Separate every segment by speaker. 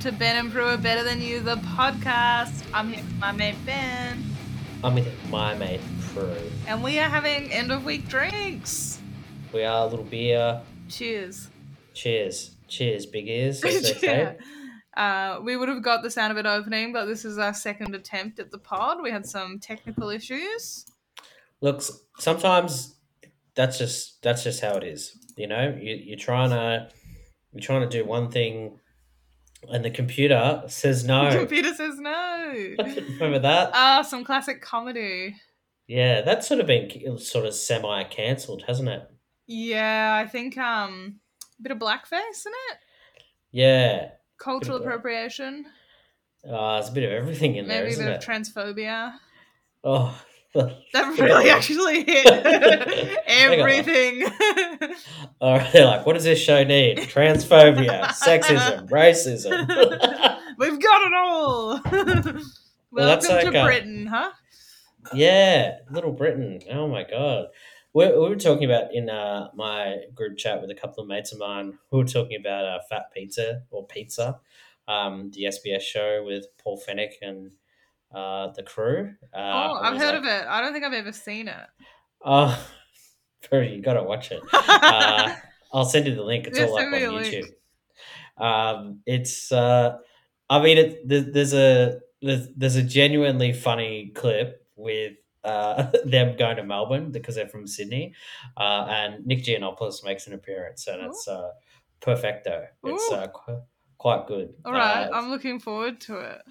Speaker 1: to Ben and Brewer Better Than You, the podcast. I'm here with my mate Ben,
Speaker 2: I'm with my mate Prue.
Speaker 1: and we are having end of week drinks.
Speaker 2: We are a little beer.
Speaker 1: Cheers.
Speaker 2: Cheers. Cheers, big ears. As they
Speaker 1: Yeah.
Speaker 2: say.
Speaker 1: Uh, we would have got the sound of it opening, but this is our second attempt at the pod. We had some technical issues.
Speaker 2: Looks sometimes that's just that's just how it is. You know, you you're trying to you're trying to do one thing and the computer says
Speaker 1: The
Speaker 2: no.
Speaker 1: Computer says no.
Speaker 2: Remember that?
Speaker 1: Ah, some classic comedy.
Speaker 2: yeah, that's sort of been c- sort of semi cancelled, hasn't it?
Speaker 1: Yeah, I think um, a bit of blackface in it.
Speaker 2: Yeah.
Speaker 1: Cultural
Speaker 2: Bit of black-
Speaker 1: appropriation.
Speaker 2: Uh, there's a bit of everything in there,
Speaker 1: Maybe a
Speaker 2: isn't
Speaker 1: bit of
Speaker 2: it?
Speaker 1: transphobia.
Speaker 2: oh,
Speaker 1: That really actually hit everything.
Speaker 2: all right. They're like, what does this show need? Transphobia, sexism, racism.
Speaker 1: We've got it all. Welcome
Speaker 2: that's
Speaker 1: to
Speaker 2: like a-
Speaker 1: Britain, huh?
Speaker 2: Yeah, Little Britain. Oh my god. We, we were talking about in uh, my group chat with a couple of mates of mine. We were talking about uh, Fat Pizza or Pizza, um, the SBS show with Paul Fennick and uh, the crew. Uh,
Speaker 1: oh, I've heard of it. I don't think I've ever seen it.
Speaker 2: Oh, bro, you gotta watch it. Uh, I'll send you the link. It's
Speaker 1: Yeah,
Speaker 2: all up
Speaker 1: send
Speaker 2: on
Speaker 1: me the
Speaker 2: YouTube.
Speaker 1: link.
Speaker 2: Um, it's. Uh, I mean, it, there, there's a there's, there's a genuinely funny clip with uh, them going to Melbourne because they're from Sydney, uh, and Nick Giannopoulos makes an appearance, and it's uh, perfecto. It's
Speaker 1: Ooh.
Speaker 2: uh, qu- quite good.
Speaker 1: all right,
Speaker 2: Uh,
Speaker 1: I'm looking forward to it.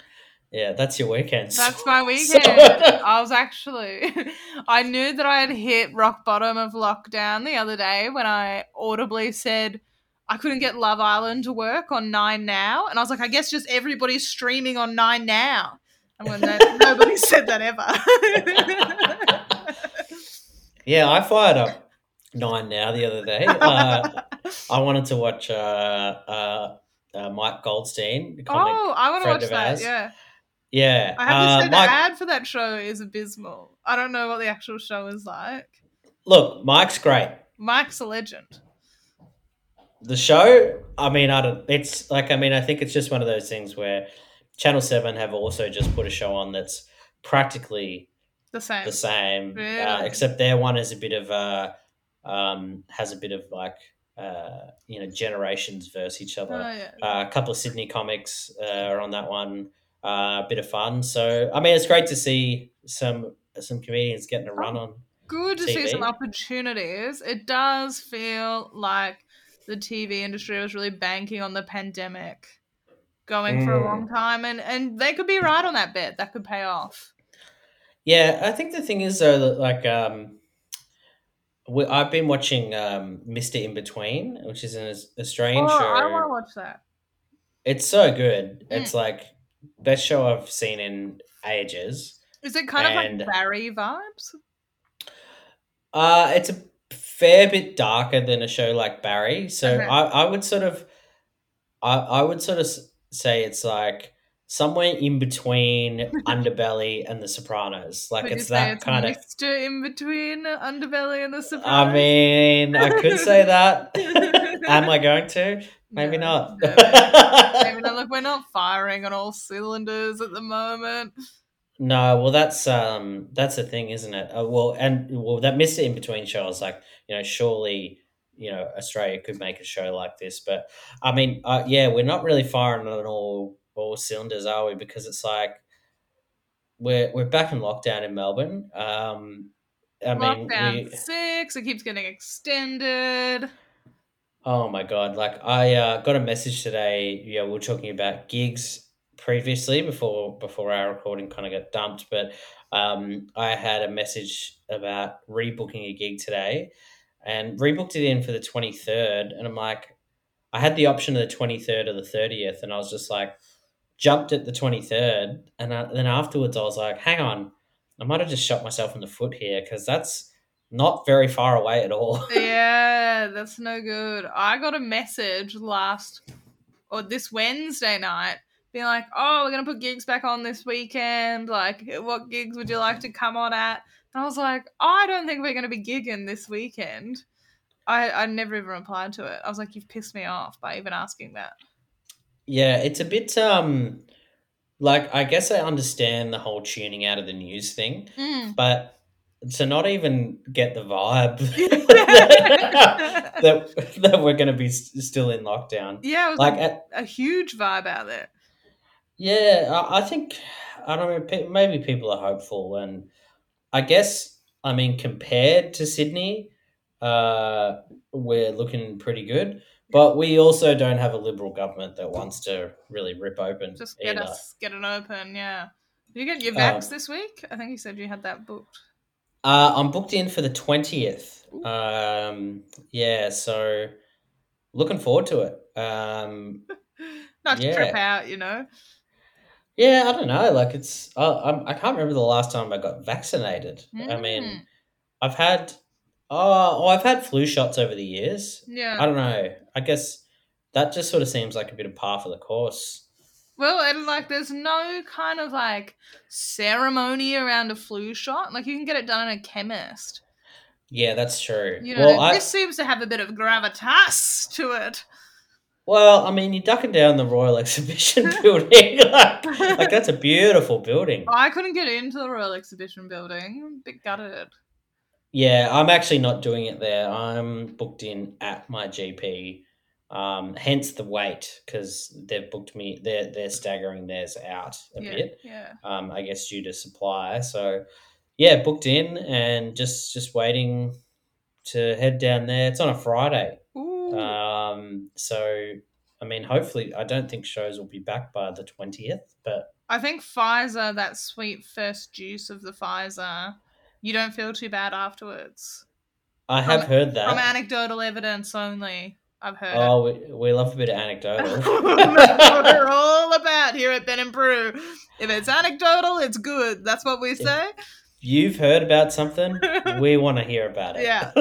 Speaker 2: yeah, that's your weekend.
Speaker 1: That's my weekend. I was actually, I knew that I had hit rock bottom of lockdown the other day when I audibly said I couldn't get Love Island to work on Nine Now, and I was like, I guess just everybody's streaming on Nine Now. And when that, nobody said that ever.
Speaker 2: Yeah, I fired up Nine Now the other day. Uh, I wanted to watch uh, uh, uh, Mike Goldstein. the comic.
Speaker 1: oh, I want to
Speaker 2: friend
Speaker 1: watch
Speaker 2: of
Speaker 1: that.
Speaker 2: ours.
Speaker 1: Yeah,
Speaker 2: yeah.
Speaker 1: I have to
Speaker 2: uh,
Speaker 1: say the
Speaker 2: Mike,
Speaker 1: ad for that show is abysmal. I don't know what the actual show is like.
Speaker 2: look, Mike's great.
Speaker 1: Mike's a legend.
Speaker 2: The show, I mean, I don't. It's like, I mean, I think it's just one of those things where Channel Seven have also just put a show on that's practically
Speaker 1: The same. Oh,
Speaker 2: the same, uh,
Speaker 1: Really?
Speaker 2: except their one is a bit of uh, um, has a bit of like uh, you know generations versus each
Speaker 1: Oh,
Speaker 2: other.
Speaker 1: yeah.
Speaker 2: Uh, a couple of Sydney comics uh, are on that one. Uh, a bit of fun. So I mean, it's great to see some some comedians getting a run on.
Speaker 1: good to see
Speaker 2: TV.
Speaker 1: some opportunities. It does feel like the TV industry was really banking on the pandemic going for a
Speaker 2: Mm.
Speaker 1: long time, and and they could be right on that bet. That could pay off.
Speaker 2: Yeah, I think the thing is though that like um, we, I've been watching um, Mister In Between, which is an Aus- Australian
Speaker 1: Oh,
Speaker 2: show.
Speaker 1: I Hmm. want to watch that.
Speaker 2: It's so good. It's like best show I've seen in ages.
Speaker 1: Is it kind
Speaker 2: And-
Speaker 1: of like Barry vibes?
Speaker 2: Uh, it's a fair bit darker than a show like Barry. So
Speaker 1: Okay.
Speaker 2: I, I would sort of, I, I would sort of s- say it's like somewhere in between Underbelly and The Sopranos. Like
Speaker 1: Would you
Speaker 2: it's
Speaker 1: say
Speaker 2: that kind of.
Speaker 1: mixed in between Underbelly and The Sopranos?
Speaker 2: I mean, I could say that. Am I going to? Maybe
Speaker 1: No,
Speaker 2: not.
Speaker 1: no. Maybe not. Look, we're not firing on all cylinders at the moment.
Speaker 2: No, well, that's um, that's the thing, isn't it? Uh, well, and well, that Mister In Between show, I was like, you know, surely, you know, Australia could make a show like this, but I mean, uh, yeah, we're not really firing on all all cylinders, are we? Because it's like we're we're back in lockdown in Melbourne. Um, I mean,
Speaker 1: Lockdown
Speaker 2: we,
Speaker 1: six. It keeps getting extended.
Speaker 2: Oh my god! Like I uh, got a message today. Yeah, we were talking about gigs previously before before our recording kind of got dumped, but um, I had a message about rebooking a gig today, and rebooked it in for the twenty third. And I'm like, I had the option of the twenty third or the thirtieth, and I was just like, jumped at the twenty third, and I, then afterwards I was like, hang on, I might have just shot myself in the foot here because that's not very far away at all.
Speaker 1: yeah, that's no good. I got a message last or this Wednesday night being like, oh, we're going to put gigs back on this weekend. Like, what gigs would you like to come on at? And I was like, I don't think we're going to be gigging this weekend. I, I never even replied to it. I was like, you've pissed me off by even asking that.
Speaker 2: Yeah, it's a bit um like I guess I understand the whole tuning out of the news thing,
Speaker 1: Mm.
Speaker 2: but to not even get the vibe that, that we're going to be s- still in lockdown.
Speaker 1: Yeah, it was
Speaker 2: Like
Speaker 1: a,
Speaker 2: at,
Speaker 1: a huge vibe out there.
Speaker 2: yeah, I, I think I don't know pe- maybe people are hopeful and I guess I mean compared to Sydney uh we're looking pretty good. But we also don't have a liberal government that wants to really rip open.
Speaker 1: Just get
Speaker 2: either.
Speaker 1: us get it open, yeah. Did you get your
Speaker 2: Um,
Speaker 1: vax this week? I think you said you had that booked.
Speaker 2: Uh, I'm booked in for the 20th.
Speaker 1: Ooh.
Speaker 2: Um, yeah, so looking forward to it. Um,
Speaker 1: Not to trip
Speaker 2: yeah.
Speaker 1: out, you know.
Speaker 2: yeah, I don't know. Like, it's, I I'm, I can't remember the last time I got vaccinated. I
Speaker 1: Mm,
Speaker 2: mean, I've had, oh, oh, I've had flu shots over the years.
Speaker 1: yeah.
Speaker 2: I don't know. I guess that just sort of seems like a bit of par for the course.
Speaker 1: Well, and like, there's no kind of like ceremony around a flu shot. Like, you can get it done in a chemist.
Speaker 2: Yeah, that's true.
Speaker 1: You know,
Speaker 2: Well, I,
Speaker 1: this seems to have a bit of gravitas to it.
Speaker 2: well, I mean, you're ducking down the Royal Exhibition Building. like, like, that's a beautiful building.
Speaker 1: I couldn't get into the Royal Exhibition Building. I'm a bit gutted.
Speaker 2: Yeah, I'm actually not doing it there. I'm booked in at my GP. Um, hence the wait because they've booked me. They're they're staggering theirs out a
Speaker 1: yeah,
Speaker 2: bit.
Speaker 1: yeah.
Speaker 2: Um, I guess due to supply. So yeah, booked in and just just waiting to head down there. It's on a Friday.
Speaker 1: Ooh,
Speaker 2: Um, so I mean, hopefully, I don't think shows will be back by the twentieth. But
Speaker 1: I think Pfizer, that sweet first juice of the Pfizer, you don't feel too bad afterwards.
Speaker 2: I
Speaker 1: From-
Speaker 2: have heard
Speaker 1: From
Speaker 2: that.
Speaker 1: anecdotal evidence only, I've heard.
Speaker 2: Oh, we, we love a bit of
Speaker 1: That's
Speaker 2: anecdotal.
Speaker 1: what we're all about here at Ben and Brew. If it's anecdotal, it's good. That's what we say.
Speaker 2: You've heard about something. We want to hear about it.
Speaker 1: Yeah,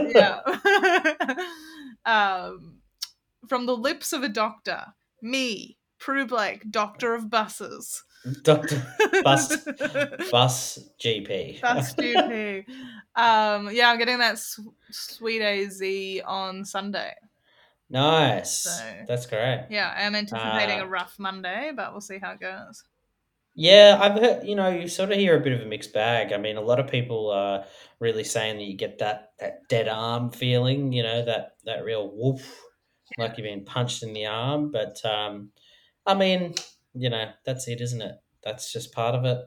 Speaker 1: yeah. um, from the lips of a doctor, me, Prue Blake, doctor of buses.
Speaker 2: Doctor Bus- Bus GP.
Speaker 1: That's stupid. Um, yeah, I'm getting that s- sweet AZ on Sunday.
Speaker 2: nice.
Speaker 1: So-
Speaker 2: That's great.
Speaker 1: Yeah, I'm anticipating
Speaker 2: Ah.
Speaker 1: a rough Monday, but we'll see how it goes.
Speaker 2: Yeah, I've heard. You know, you sort of hear a bit of a mixed bag. I mean, a lot of people are really saying that you get that that dead arm feeling. You know, that that real woof, like you've been punched in the arm. But um, I mean, you know, that's it, isn't it? That's just part of it.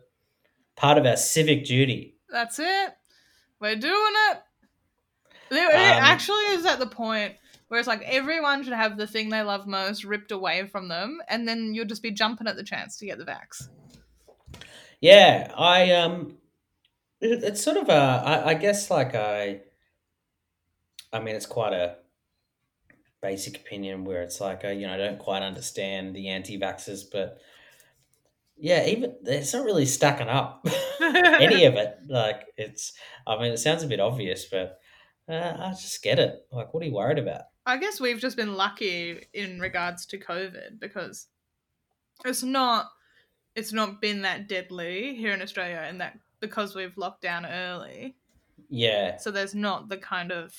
Speaker 2: Part of our civic duty.
Speaker 1: That's it. We're doing it. It it
Speaker 2: Um,
Speaker 1: actually is at the point where it's like everyone should have the thing they love most ripped away from them, and then you'll just be jumping at the chance to get the vax.
Speaker 2: Yeah, I um, it- it's sort of a, I, I guess like I, I mean, it's quite a basic opinion where it's like, uh, you know, I don't quite understand the anti-vaxxers, but yeah, even it's not really stacking up any of it. Like it's, I mean, it sounds a bit obvious, but uh, I just get it. Like, what are you worried about?
Speaker 1: I guess we've just been lucky in regards to COVID because it's not it's not been that deadly here in Australia, and that because we've locked down early,
Speaker 2: Yeah,
Speaker 1: so there's not the kind of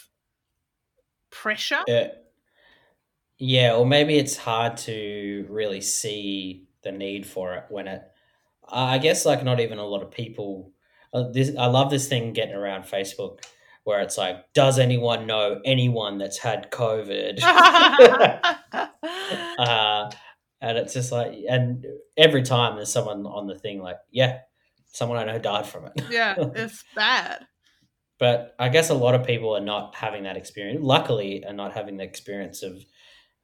Speaker 1: pressure.
Speaker 2: uh, yeah, or maybe it's hard to really see the need for it when it I I guess like not even a lot of people. Uh, this I love this thing getting around Facebook where it's like, does anyone know anyone that's had COVID? uh, and it's just like, and every time there's someone on the thing like, yeah, someone I know died from it.
Speaker 1: yeah, it's bad.
Speaker 2: But I guess a lot of people are not having that experience. Luckily, are not having the experience of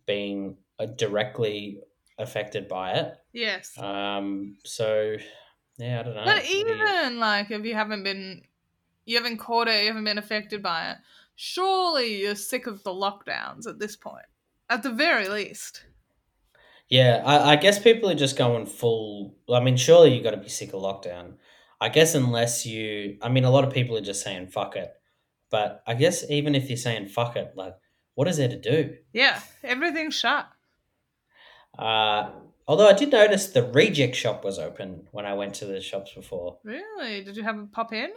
Speaker 2: being uh, directly affected by it.
Speaker 1: Yes.
Speaker 2: Um, so yeah, I don't know.
Speaker 1: But
Speaker 2: What do you-
Speaker 1: even like if you haven't been you haven't caught it, you haven't been affected by it, surely you're sick of the lockdowns at this point. At the very least.
Speaker 2: Yeah, I, I guess people are just going full. I mean, surely you got to be sick of lockdown. I guess unless you, I mean, a lot of people are just saying fuck it. But I guess even if you're saying fuck it, like, what is there to do?
Speaker 1: Yeah. Everything's shut.
Speaker 2: Uh, although I did notice the reject shop was open when I went to the shops before.
Speaker 1: Really? Did you have a pop in?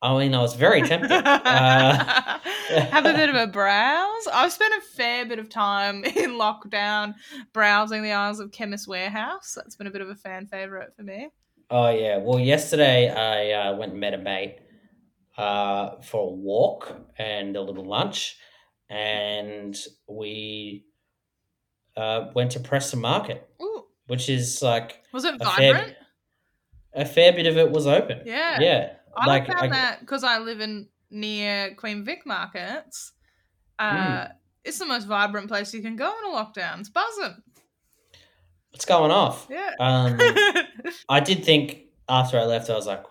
Speaker 2: I mean, I was very tempted. Uh,
Speaker 1: Have a bit of a browse. I've spent a fair bit of time in lockdown browsing the aisles of Chemist Warehouse. That's been a bit of a fan favorite for me.
Speaker 2: Oh yeah. Well, yesterday I uh, went and met a mate uh, for a walk and a little lunch, and we uh, went to Preston Market,
Speaker 1: Ooh,
Speaker 2: which is like
Speaker 1: was it
Speaker 2: a fair-
Speaker 1: vibrant?
Speaker 2: a fair bit of it was open.
Speaker 1: Yeah.
Speaker 2: Yeah.
Speaker 1: I
Speaker 2: like,
Speaker 1: found
Speaker 2: I-
Speaker 1: that because I live in near Queen Vic markets. Uh,
Speaker 2: Hmm.
Speaker 1: It's the most vibrant place you can go in a lockdown. It's buzzing.
Speaker 2: It's going off.
Speaker 1: Yeah.
Speaker 2: Um, I did think after I left, I was like,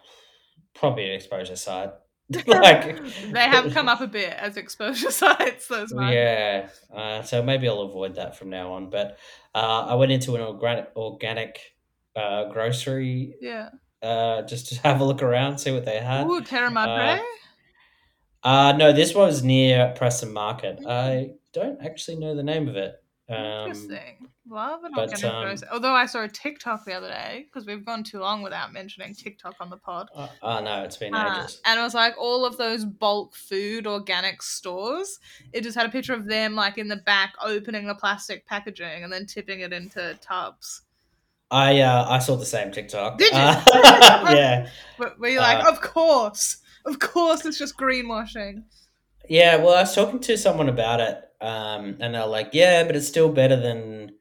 Speaker 2: probably an exposure side. like
Speaker 1: they have come up a bit as exposure sites. Those markets.
Speaker 2: Yeah, uh, so maybe I'll avoid that from now on. But uh, I went into an organic, organic uh, grocery
Speaker 1: Yeah.
Speaker 2: uh, just to have a look around, see what they had.
Speaker 1: Ooh, Terra Madre.
Speaker 2: Uh, no, this one was near Preston Market. I don't actually know the name of it. Um,
Speaker 1: Interesting. Love an
Speaker 2: but,
Speaker 1: organic
Speaker 2: um,
Speaker 1: grocer. Although I saw a TikTok the other day because we've gone too long without mentioning TikTok on the pod.
Speaker 2: oh, oh, no, it's been
Speaker 1: Uh,
Speaker 2: ages.
Speaker 1: and it was like all of those bulk food organic stores. It just had a picture of them like in the back opening the plastic packaging and then tipping it into tubs.
Speaker 2: I uh, I saw the same TikTok.
Speaker 1: Did you?
Speaker 2: Uh, yeah,
Speaker 1: But were you like,
Speaker 2: Uh,
Speaker 1: of course, of course, it's just greenwashing.
Speaker 2: yeah. Well, I was talking to someone about it, um, and they're like, "Yeah, but it's still better than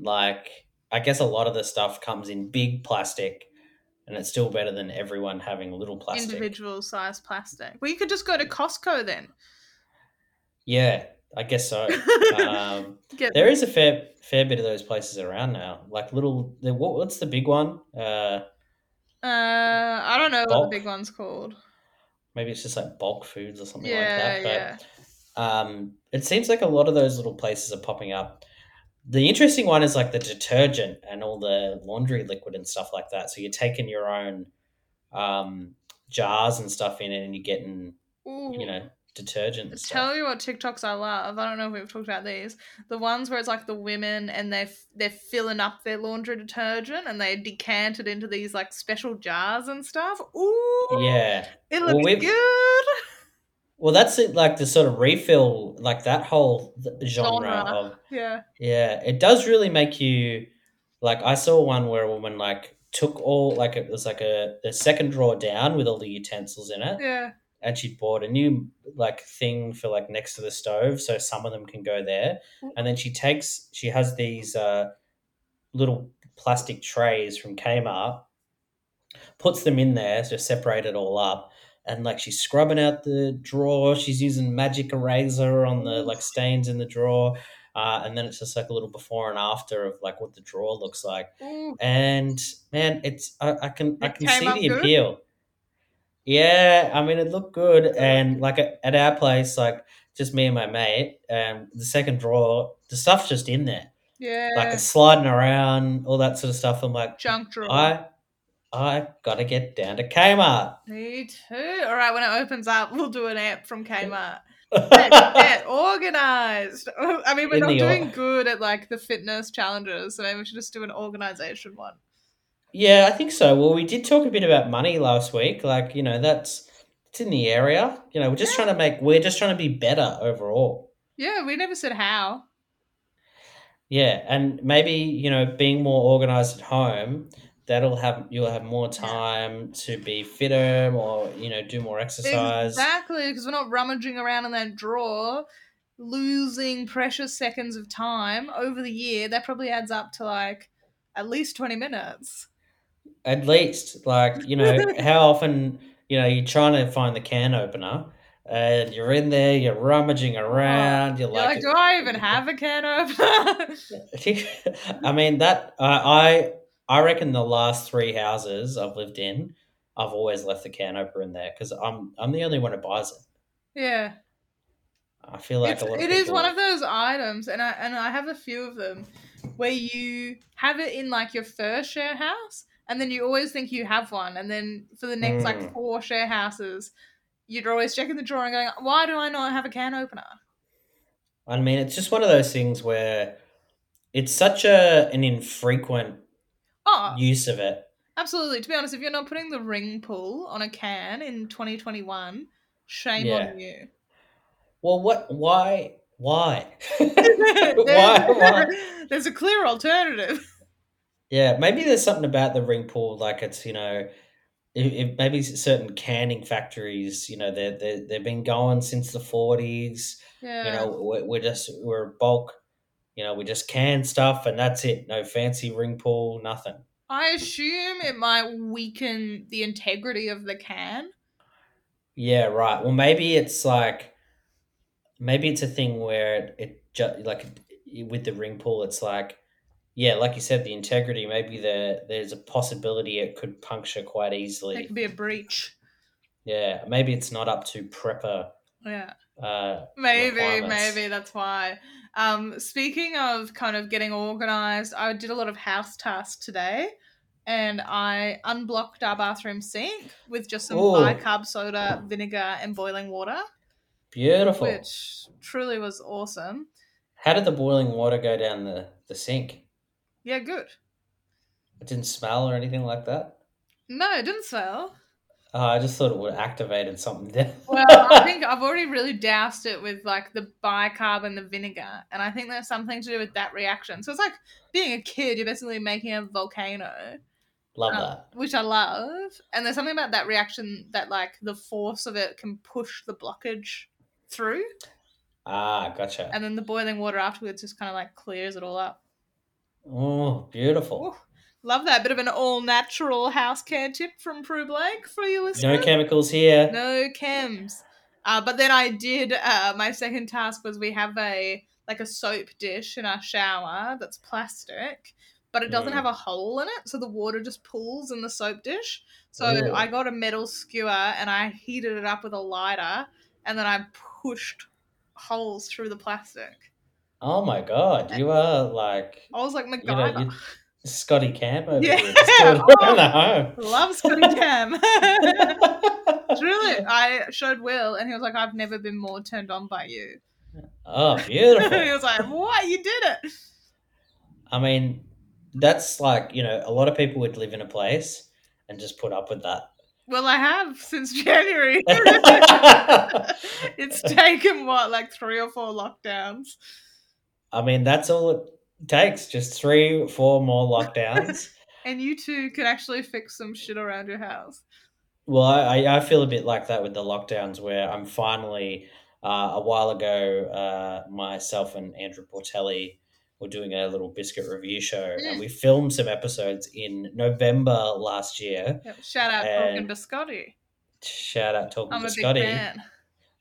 Speaker 2: like I guess a lot of the stuff comes in big plastic, and it's still better than everyone having little plastic."
Speaker 1: Individual size plastic. Well, you could just go to Costco then.
Speaker 2: Yeah, I guess so. um,
Speaker 1: Get
Speaker 2: There is a fair fair bit of those places around now. Like little, the, what, what's the big one? Uh,
Speaker 1: uh, I don't know what
Speaker 2: Bulk.
Speaker 1: the big one's called.
Speaker 2: maybe it's just like bulk foods or something
Speaker 1: Yeah,
Speaker 2: like
Speaker 1: yeah.
Speaker 2: that. But um, it seems like a lot of those little places are popping up. The interesting one is like the detergent and all the laundry liquid and stuff like that. So you're taking your own um, jars and stuff in it, and you're getting
Speaker 1: Ooh.
Speaker 2: you know detergent. And stuff.
Speaker 1: Tell you what TikToks I love. I don't know if we've talked about these. The ones where it's like the women and they f- they're filling up their laundry detergent and they decant it into these like special jars and stuff. Ooh,
Speaker 2: yeah.
Speaker 1: it
Speaker 2: Well,
Speaker 1: looks
Speaker 2: we've-
Speaker 1: good.
Speaker 2: Well, that's it. Like the sort of refill, like that whole th- genre.
Speaker 1: Genre.
Speaker 2: of
Speaker 1: Yeah,
Speaker 2: Yeah, it does really make you like I saw one where a woman like took all like it was like a the second drawer down with all the utensils in it
Speaker 1: yeah.
Speaker 2: and she bought a new like thing for like next to the stove so some of them can go there and then she takes she has these uh little plastic trays from Kmart puts them in there to separate it all up and like she's scrubbing out the drawer she's using magic eraser on the like stains in the drawer uh, and then it's just like a little before and after of like what the drawer looks like
Speaker 1: Ooh,
Speaker 2: and man it's i, I can i
Speaker 1: It
Speaker 2: can
Speaker 1: came
Speaker 2: see
Speaker 1: up
Speaker 2: the
Speaker 1: good?
Speaker 2: appeal yeah i mean it looked good and like at at our place like just me and my mate and the second drawer the stuff's just in there
Speaker 1: yeah.
Speaker 2: like it's sliding around all that sort of stuff i'm like
Speaker 1: Junk drawer.
Speaker 2: I I gotta get down to Kmart.
Speaker 1: Me too. All right, when it opens up, we'll do an app from Kmart. Let's
Speaker 2: yeah,
Speaker 1: get organized. I mean, we're
Speaker 2: In
Speaker 1: not
Speaker 2: the or-
Speaker 1: doing good at like the fitness challenges, so maybe we should just do an organization one.
Speaker 2: I think so. Well, we did talk a bit about money last week. Like, you know, that's it's in the area. You know, we're just trying to make we're just trying to be better overall.
Speaker 1: Yeah, we never said how.
Speaker 2: Yeah, and maybe you know, being more organized at home, that'll have you'll have more time to be fitter, or you know, do more exercise.
Speaker 1: Exactly, because we're not rummaging around in that drawer, losing precious seconds of time over the year. That probably adds up to like at least 20 minutes.
Speaker 2: at least like you know how often you know you're trying to find the can opener and you're in there you're rummaging around you're
Speaker 1: Oh, You're like,
Speaker 2: like,
Speaker 1: do I even have a can opener?
Speaker 2: i mean that I i i reckon the last three houses i've lived in i've always left the can opener in there because i'm i'm the only one who buys it
Speaker 1: yeah.
Speaker 2: i feel like
Speaker 1: It's-
Speaker 2: a lot of
Speaker 1: it is
Speaker 2: people-
Speaker 1: one of those items, and I and I have a few of them where you have it in like your first share house, and then you always think you have one, and then for the next
Speaker 2: Mm.
Speaker 1: like four share houses, you're always checking the drawer and going, "Why do I not have a can opener?"
Speaker 2: I mean, it's just one of those things where it's such a an infrequent
Speaker 1: Oh,
Speaker 2: use of it.
Speaker 1: Absolutely. To be honest, if you're not putting the ring pull on a can in 2021, shame
Speaker 2: Yeah.
Speaker 1: on you.
Speaker 2: Well, what? Why? Why? why? Why?
Speaker 1: There's a clear alternative.
Speaker 2: Yeah, maybe there's something about the ring pull, like it's you know, if, if maybe s- certain canning factories, you know, they they they've been going since the forties.
Speaker 1: Yeah.
Speaker 2: You know, we're, we're just we're bulk. You know, we just can stuff and that's it. No fancy ring pull, nothing.
Speaker 1: I assume it might weaken the integrity of the can.
Speaker 2: Yeah, right. Well, maybe it's like, maybe it's a thing where it, it ju- like with the ring pull, it's like, yeah, like you said, the integrity. Maybe there there's a possibility it could puncture quite
Speaker 1: It
Speaker 2: easily.
Speaker 1: could be a breach.
Speaker 2: Yeah, maybe it's not up to prepper.
Speaker 1: Yeah.
Speaker 2: Uh,
Speaker 1: Maybe,
Speaker 2: requirements.
Speaker 1: maybe that's why. Um, speaking of kind of getting organized, I did a lot of house tasks today and I unblocked our bathroom sink with just some
Speaker 2: Ooh.
Speaker 1: bicarb soda, vinegar, and boiling water,
Speaker 2: beautiful.
Speaker 1: which truly was awesome.
Speaker 2: How did the boiling water go down the the sink?
Speaker 1: Yeah, good.
Speaker 2: It didn't smell or anything like that.
Speaker 1: No, it didn't sell.
Speaker 2: Uh, I just thought it would have activated something there.
Speaker 1: Well, I think I've already really doused it with like the bicarb and the vinegar, and I think there's something to do with that reaction. So it's like being a kid, you're basically making a volcano.
Speaker 2: Love
Speaker 1: Um,
Speaker 2: that.
Speaker 1: which I love. And there's something about that reaction that like the force of it can push the blockage through,
Speaker 2: Ah, gotcha.
Speaker 1: and then the boiling water afterwards just kind of like clears it all up.
Speaker 2: Oh, beautiful.
Speaker 1: Ooh, love that bit of an all natural house care tip from Prue Blake for you listeners.
Speaker 2: No chemicals here.
Speaker 1: No chems. Uh, but then I did. Uh, my second task was we have a like a soap dish in our shower that's plastic, but it doesn't
Speaker 2: Mm.
Speaker 1: have a hole in it, so the water just pools in the soap dish. So
Speaker 2: Ooh.
Speaker 1: I got a metal skewer and I heated it up with a lighter, and then I pushed holes through the plastic.
Speaker 2: Oh my god, you are like
Speaker 1: I was like MacGyver.
Speaker 2: you know you Scotty Camp over
Speaker 1: Yeah.
Speaker 2: here. Just doing it around the home.
Speaker 1: Love Scotty Cam. Truly, I showed Will, and he was like, "I've never been more turned on by you."
Speaker 2: Oh,
Speaker 1: he
Speaker 2: beautiful.
Speaker 1: was like, "What? You did it!"
Speaker 2: I mean, that's like you know a lot of people would live in a place and just put up with that.
Speaker 1: Well, I have since January. it's taken what, like three or four lockdowns.
Speaker 2: I mean, that's all it takes. Just three, four more lockdowns.
Speaker 1: And you two can actually fix some shit around your house.
Speaker 2: Well, I, I I feel a bit like that with the lockdowns where I'm finally, uh, a while ago, uh, myself and Andrew Portelli were doing a little biscuit review show and
Speaker 1: Mm.
Speaker 2: we filmed some episodes in November last year.
Speaker 1: Yep, Shout out Talking
Speaker 2: And-
Speaker 1: Biscotti.
Speaker 2: Shout out Talking
Speaker 1: I'm
Speaker 2: to
Speaker 1: a big
Speaker 2: Scotty.
Speaker 1: fan.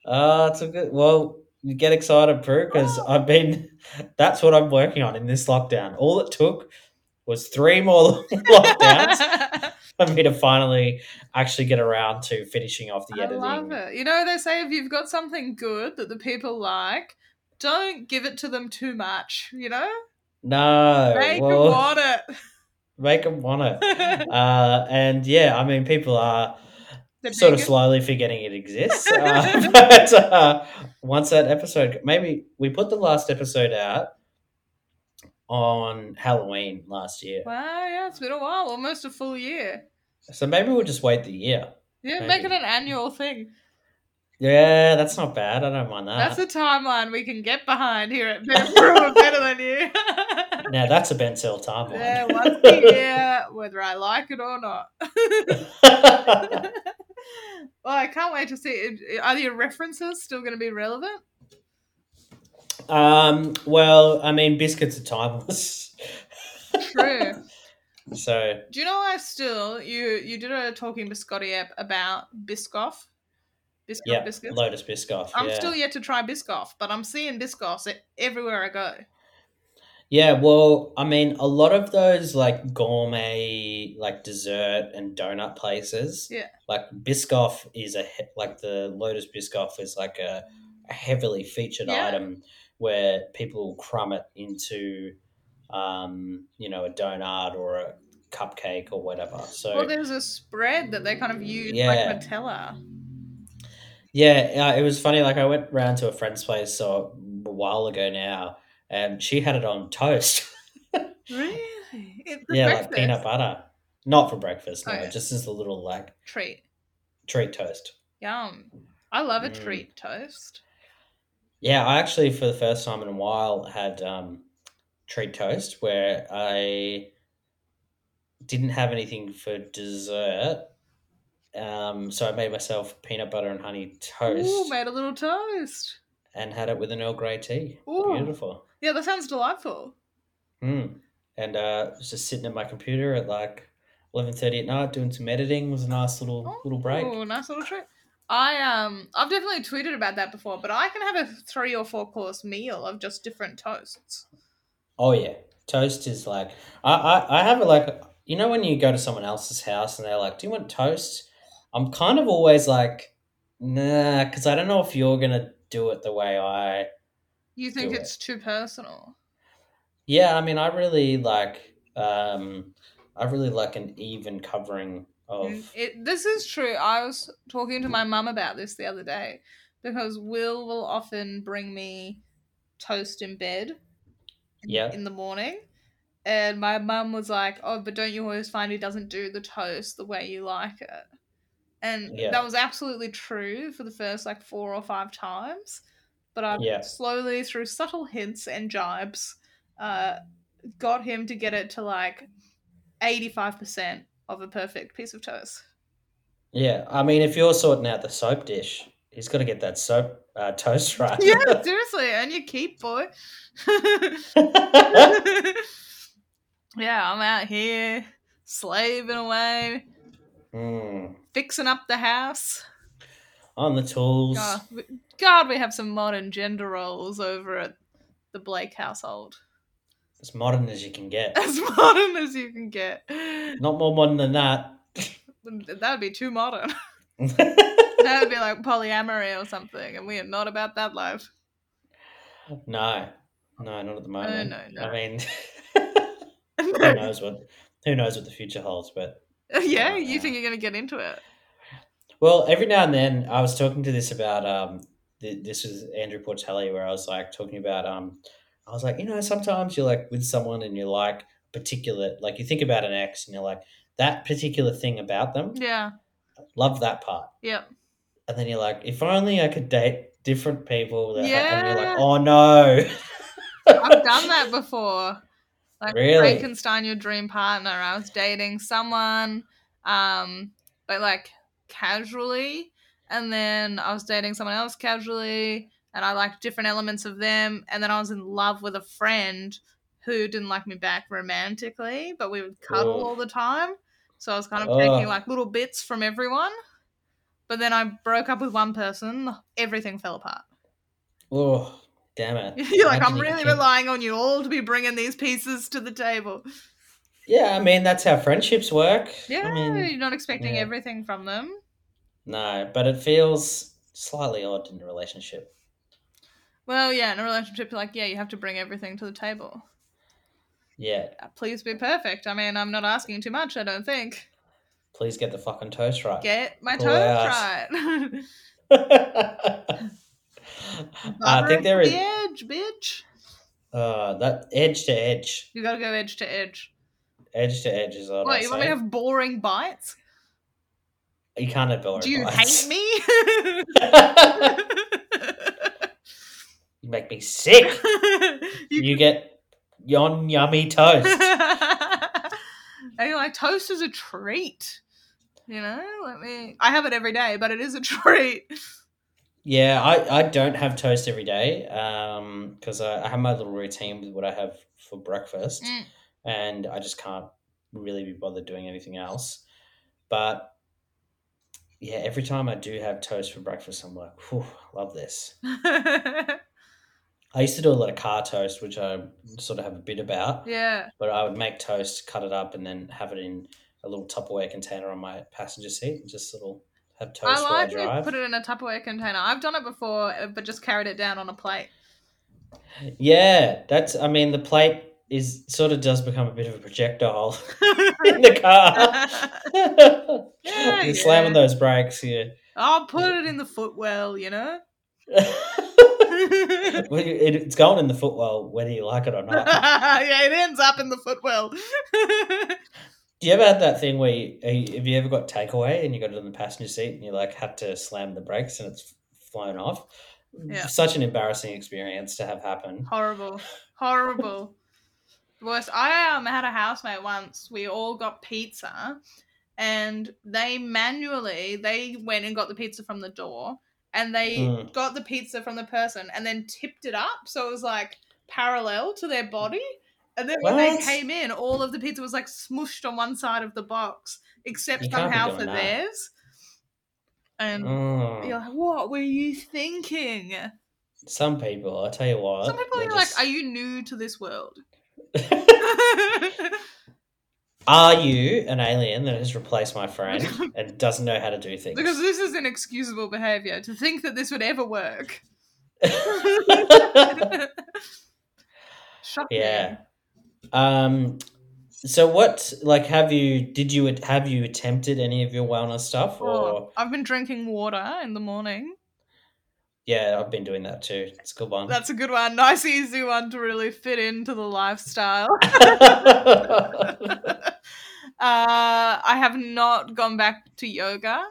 Speaker 2: Uh, it's a good, well, you get excited, Prue, because
Speaker 1: Oh.
Speaker 2: I've been, that's what I'm working on in this lockdown. All it took was three more lockdowns for me to finally actually get around to finishing off the
Speaker 1: I
Speaker 2: editing.
Speaker 1: love it. You know, they say if you've got something good that the people like, don't give it to them too much, you know?
Speaker 2: No,
Speaker 1: Make
Speaker 2: Oh, well,
Speaker 1: them want it.
Speaker 2: make them want it. Uh, and yeah, I mean, people are
Speaker 1: They're
Speaker 2: sort of
Speaker 1: vegan.
Speaker 2: slowly forgetting it exists. Uh, but uh, once that episode, maybe we put the last episode out on Halloween last year.
Speaker 1: Wow, yeah, it's been a while, almost a full year.
Speaker 2: So maybe we'll just wait the year.
Speaker 1: Yeah,
Speaker 2: Maybe.
Speaker 1: make it an annual thing.
Speaker 2: Yeah, that's not bad. I don't mind that.
Speaker 1: That's a timeline we can get behind here at Ben Brewer Better Than You.
Speaker 2: now that's a Ben Sell timeline.
Speaker 1: yeah, once a year, whether I like it or not. well, I can't wait to see. it. Are your references still going to be relevant?
Speaker 2: um, well, I mean, biscuits are timeless.
Speaker 1: True.
Speaker 2: So
Speaker 1: Do you know I still you you did a talking to Scotty app about Biscoff, Biscoff
Speaker 2: yeah,
Speaker 1: biscuits.
Speaker 2: Lotus Biscoff.
Speaker 1: I'm
Speaker 2: yeah.
Speaker 1: still yet to try Biscoff, but I'm seeing Biscoffs e- everywhere I go.
Speaker 2: Yeah, well, I mean, a lot of those like gourmet, like dessert and donut places,
Speaker 1: Yeah.
Speaker 2: like Biscoff is a he- like the Lotus Biscoff is like a, a heavily featured
Speaker 1: Yeah.
Speaker 2: item where people crumb it into, um, you know, a donut or a cupcake or whatever. So
Speaker 1: Well, there's a spread that they kind of use
Speaker 2: Yeah.
Speaker 1: like Nutella.
Speaker 2: Yeah, uh, it was funny. Like I went round to a friend's place so a while ago now, and she had it on toast.
Speaker 1: Really? It's
Speaker 2: yeah, like peanut butter. Not for breakfast, no,
Speaker 1: Okay.
Speaker 2: just as a little like
Speaker 1: Treat.
Speaker 2: treat toast.
Speaker 1: Yum. I love a
Speaker 2: Mm.
Speaker 1: treat toast.
Speaker 2: Yeah, I actually, for the first time in a while, had um, treat toast where I didn't have anything for dessert. Um, so I made myself peanut butter and honey toast
Speaker 1: Ooh, made a little toast.
Speaker 2: and had it with an Earl Grey tea.
Speaker 1: Ooh.
Speaker 2: Beautiful.
Speaker 1: Yeah, that sounds delightful.
Speaker 2: Mm. And uh, was just sitting at my computer at like eleven thirty at night doing some editing. Was a nice little little break.
Speaker 1: Ooh, nice little treat. I um I've definitely tweeted about that before, but I can have a three or four course meal of just different toasts.
Speaker 2: Oh yeah, toast is like I, I I have it like you know when you go to someone else's house and they're like, "Do you want toast?" I'm kind of always like, "Nah," because I don't know if you're gonna do it the way I.
Speaker 1: You think
Speaker 2: Do it.
Speaker 1: it's too personal?
Speaker 2: Yeah, I mean, I really like um, I really like an even covering of.
Speaker 1: Mm, It, this is true. I was talking to my mum about this the other day because Will will often bring me toast in bed in-
Speaker 2: Yeah.
Speaker 1: in the morning. And my mum was like, Oh, but don't you always find he doesn't do the toast the way you like it? And
Speaker 2: Yeah.
Speaker 1: that was absolutely true for the first like four or five times. But I
Speaker 2: Yeah.
Speaker 1: slowly, through subtle hints and jibes, uh, got him to get it to like 85% of a perfect piece of toast.
Speaker 2: Yeah, I mean, if you're sorting out the soap dish, he's got to get that soap uh, toast right.
Speaker 1: yeah, seriously, and you keep boy.
Speaker 2: Yeah.
Speaker 1: yeah, I'm out here slaving away, fixing up the house.
Speaker 2: Mm, On the tools.
Speaker 1: God, we- God, we have some modern gender roles over at the Blake household.
Speaker 2: As modern as you can get.
Speaker 1: As modern as you can get.
Speaker 2: Not more modern than that.
Speaker 1: That'd be too modern. That would be like polyamory or something, and we are not about that life.
Speaker 2: no, no, not at the moment.
Speaker 1: no, no.
Speaker 2: I mean, who knows what who knows what the future holds? But
Speaker 1: yeah,
Speaker 2: Oh,
Speaker 1: you
Speaker 2: yeah.
Speaker 1: think you're going to get into it?
Speaker 2: well, every now and then I was talking to this about um th- this was Andrew Portelli where I was like talking about um I was like you know sometimes you're like with someone and you're like particular like you think about an ex and you're like that particular thing about them
Speaker 1: Yeah,
Speaker 2: love that part
Speaker 1: yep.
Speaker 2: and then you're like if only I could date different people that and you're
Speaker 1: Yeah.
Speaker 2: like oh no
Speaker 1: I've done that before. Like
Speaker 2: Really?
Speaker 1: Frankenstein, your dream partner. I was dating someone, um, but like casually, and then I was dating someone else casually, and I liked different elements of them, and then I was in love with a friend who didn't like me back romantically, but we would cuddle
Speaker 2: Oof.
Speaker 1: all the time. So I was kind of
Speaker 2: Ugh.
Speaker 1: taking like little bits from everyone. But then I broke up with one person, everything fell apart.
Speaker 2: oh damn it
Speaker 1: You're like,
Speaker 2: Imagine
Speaker 1: I'm
Speaker 2: you could
Speaker 1: really
Speaker 2: keep-
Speaker 1: relying on you all to be bringing these pieces to the table.
Speaker 2: Yeah, I mean that's how friendships work.
Speaker 1: Yeah,
Speaker 2: I mean,
Speaker 1: you're not expecting
Speaker 2: yeah.
Speaker 1: everything from them.
Speaker 2: no, but it feels slightly odd in a relationship.
Speaker 1: Well, yeah, in a relationship, you're like, yeah, you have to bring everything to the table.
Speaker 2: Yeah,
Speaker 1: Uh, Please be perfect. I mean, I'm not asking too much, I don't think.
Speaker 2: please get the fucking toast right.
Speaker 1: Get my
Speaker 2: Cool
Speaker 1: toes
Speaker 2: ass.
Speaker 1: right.
Speaker 2: I
Speaker 1: Butter
Speaker 2: think
Speaker 1: it
Speaker 2: there
Speaker 1: to
Speaker 2: is
Speaker 1: the edge, bitch.
Speaker 2: uh, that edge to edge,
Speaker 1: You gotta go edge to edge.
Speaker 2: edge to edge is what
Speaker 1: What,
Speaker 2: I
Speaker 1: you
Speaker 2: say.
Speaker 1: want me to have boring bites?
Speaker 2: You can't have Bella
Speaker 1: Do you hate
Speaker 2: Rice.
Speaker 1: me?
Speaker 2: you make me sick.
Speaker 1: You
Speaker 2: You get yon yummy toast.
Speaker 1: and like toast is a treat. You know, let me. I have it every day, but it is a treat.
Speaker 2: Yeah, I, I don't have toast every day because I, I have my little routine with what I have for breakfast,
Speaker 1: Mm.
Speaker 2: and I just can't really be bothered doing anything else. But yeah, every time I do have toast for breakfast, I'm like, whew, love this. I used to do a lot of car toast, which I sort of have a bit about,
Speaker 1: yeah.
Speaker 2: but I would make toast, cut it up, and then have it in a little Tupperware container on my passenger seat and just little have toast
Speaker 1: I
Speaker 2: while I
Speaker 1: like to
Speaker 2: drive.
Speaker 1: put it in a Tupperware container. I've done it before, uh, but just carried it down on a plate.
Speaker 2: Yeah, that's. I mean, the plate is sort of does become a bit of a projectile in the car.
Speaker 1: Yeah,
Speaker 2: You're slamming
Speaker 1: yeah.
Speaker 2: those brakes. Yeah.
Speaker 1: I'll put it in the footwell, you know?
Speaker 2: Well, you- it, it's going in the footwell, whether you like it or not.
Speaker 1: yeah, it ends up in the footwell.
Speaker 2: Do you ever had that thing where you, have you ever got takeaway and you got it in the passenger seat and you like had to slam the brakes and it's flown off?
Speaker 1: Yeah.
Speaker 2: Such an embarrassing experience to have happen.
Speaker 1: Horrible. Horrible. Worst. I um, had a housemate once. We all got pizza, and they manually they went and got the pizza from the door, and they
Speaker 2: Mm.
Speaker 1: got the pizza from the person, and then tipped it up so it was like parallel to their body. And then when they
Speaker 2: What?
Speaker 1: came in, all of the pizza was like smushed on one side of the box, except
Speaker 2: You can't be
Speaker 1: somehow
Speaker 2: doing
Speaker 1: for
Speaker 2: that.
Speaker 1: theirs. And
Speaker 2: Mm.
Speaker 1: you're like, what were you thinking?
Speaker 2: Some people, I tell you what.
Speaker 1: Some people
Speaker 2: they're
Speaker 1: are like,
Speaker 2: just-
Speaker 1: are you new to this world?
Speaker 2: Are you an alien that has replaced my friend and doesn't know how to do things?
Speaker 1: because this is inexcusable behavior to think that this would ever work. Shocking.
Speaker 2: Yeah. um, so what? Like, have you? Did you have you attempted any of your wellness stuff? Or
Speaker 1: Oh, I've been drinking water in the morning.
Speaker 2: yeah, I've been doing that too. It's a good one.
Speaker 1: That's a good one. Nice, easy one to really fit into the lifestyle. uh, I have not gone back to yoga.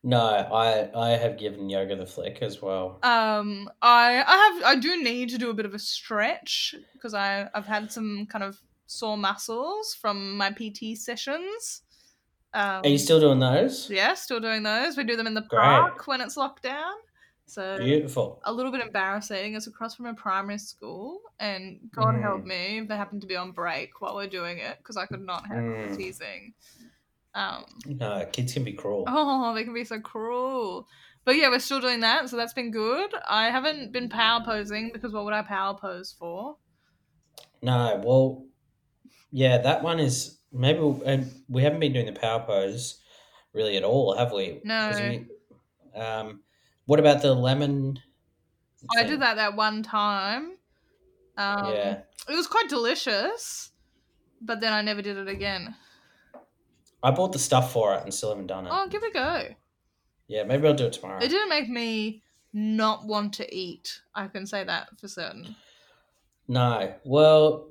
Speaker 2: no, I I have given yoga the flick as well.
Speaker 1: Um, I I have I do need to do a bit of a stretch because I I've had some kind of sore muscles from my PT sessions. Um,
Speaker 2: Are you still doing those?
Speaker 1: Yeah, still doing those. We do them in the
Speaker 2: Great.
Speaker 1: park when it's locked down. So
Speaker 2: Beautiful.
Speaker 1: a little bit embarrassing. It's across from a primary school, and God
Speaker 2: Mm.
Speaker 1: help me if they happen to be on break while we're doing it because I could not handle the
Speaker 2: Mm.
Speaker 1: teasing. Um,
Speaker 2: No, kids can be cruel.
Speaker 1: Oh, they can be so cruel. But yeah, we're still doing that, so that's been good. I haven't been power posing because what would I power pose for?
Speaker 2: No, well, yeah, that one is maybe we'll- and we haven't been doing the power pose really at all, have we?
Speaker 1: No.
Speaker 2: 'Cause we- um, what about the lemon?
Speaker 1: Oh, I did that that one time. Um,
Speaker 2: yeah,
Speaker 1: It was quite delicious, but then I never did it again.
Speaker 2: I bought the stuff for it and still haven't done it.
Speaker 1: Oh, give it a go.
Speaker 2: Yeah, maybe I'll do it tomorrow.
Speaker 1: It didn't make me not want to eat. I can say that for certain.
Speaker 2: No, well,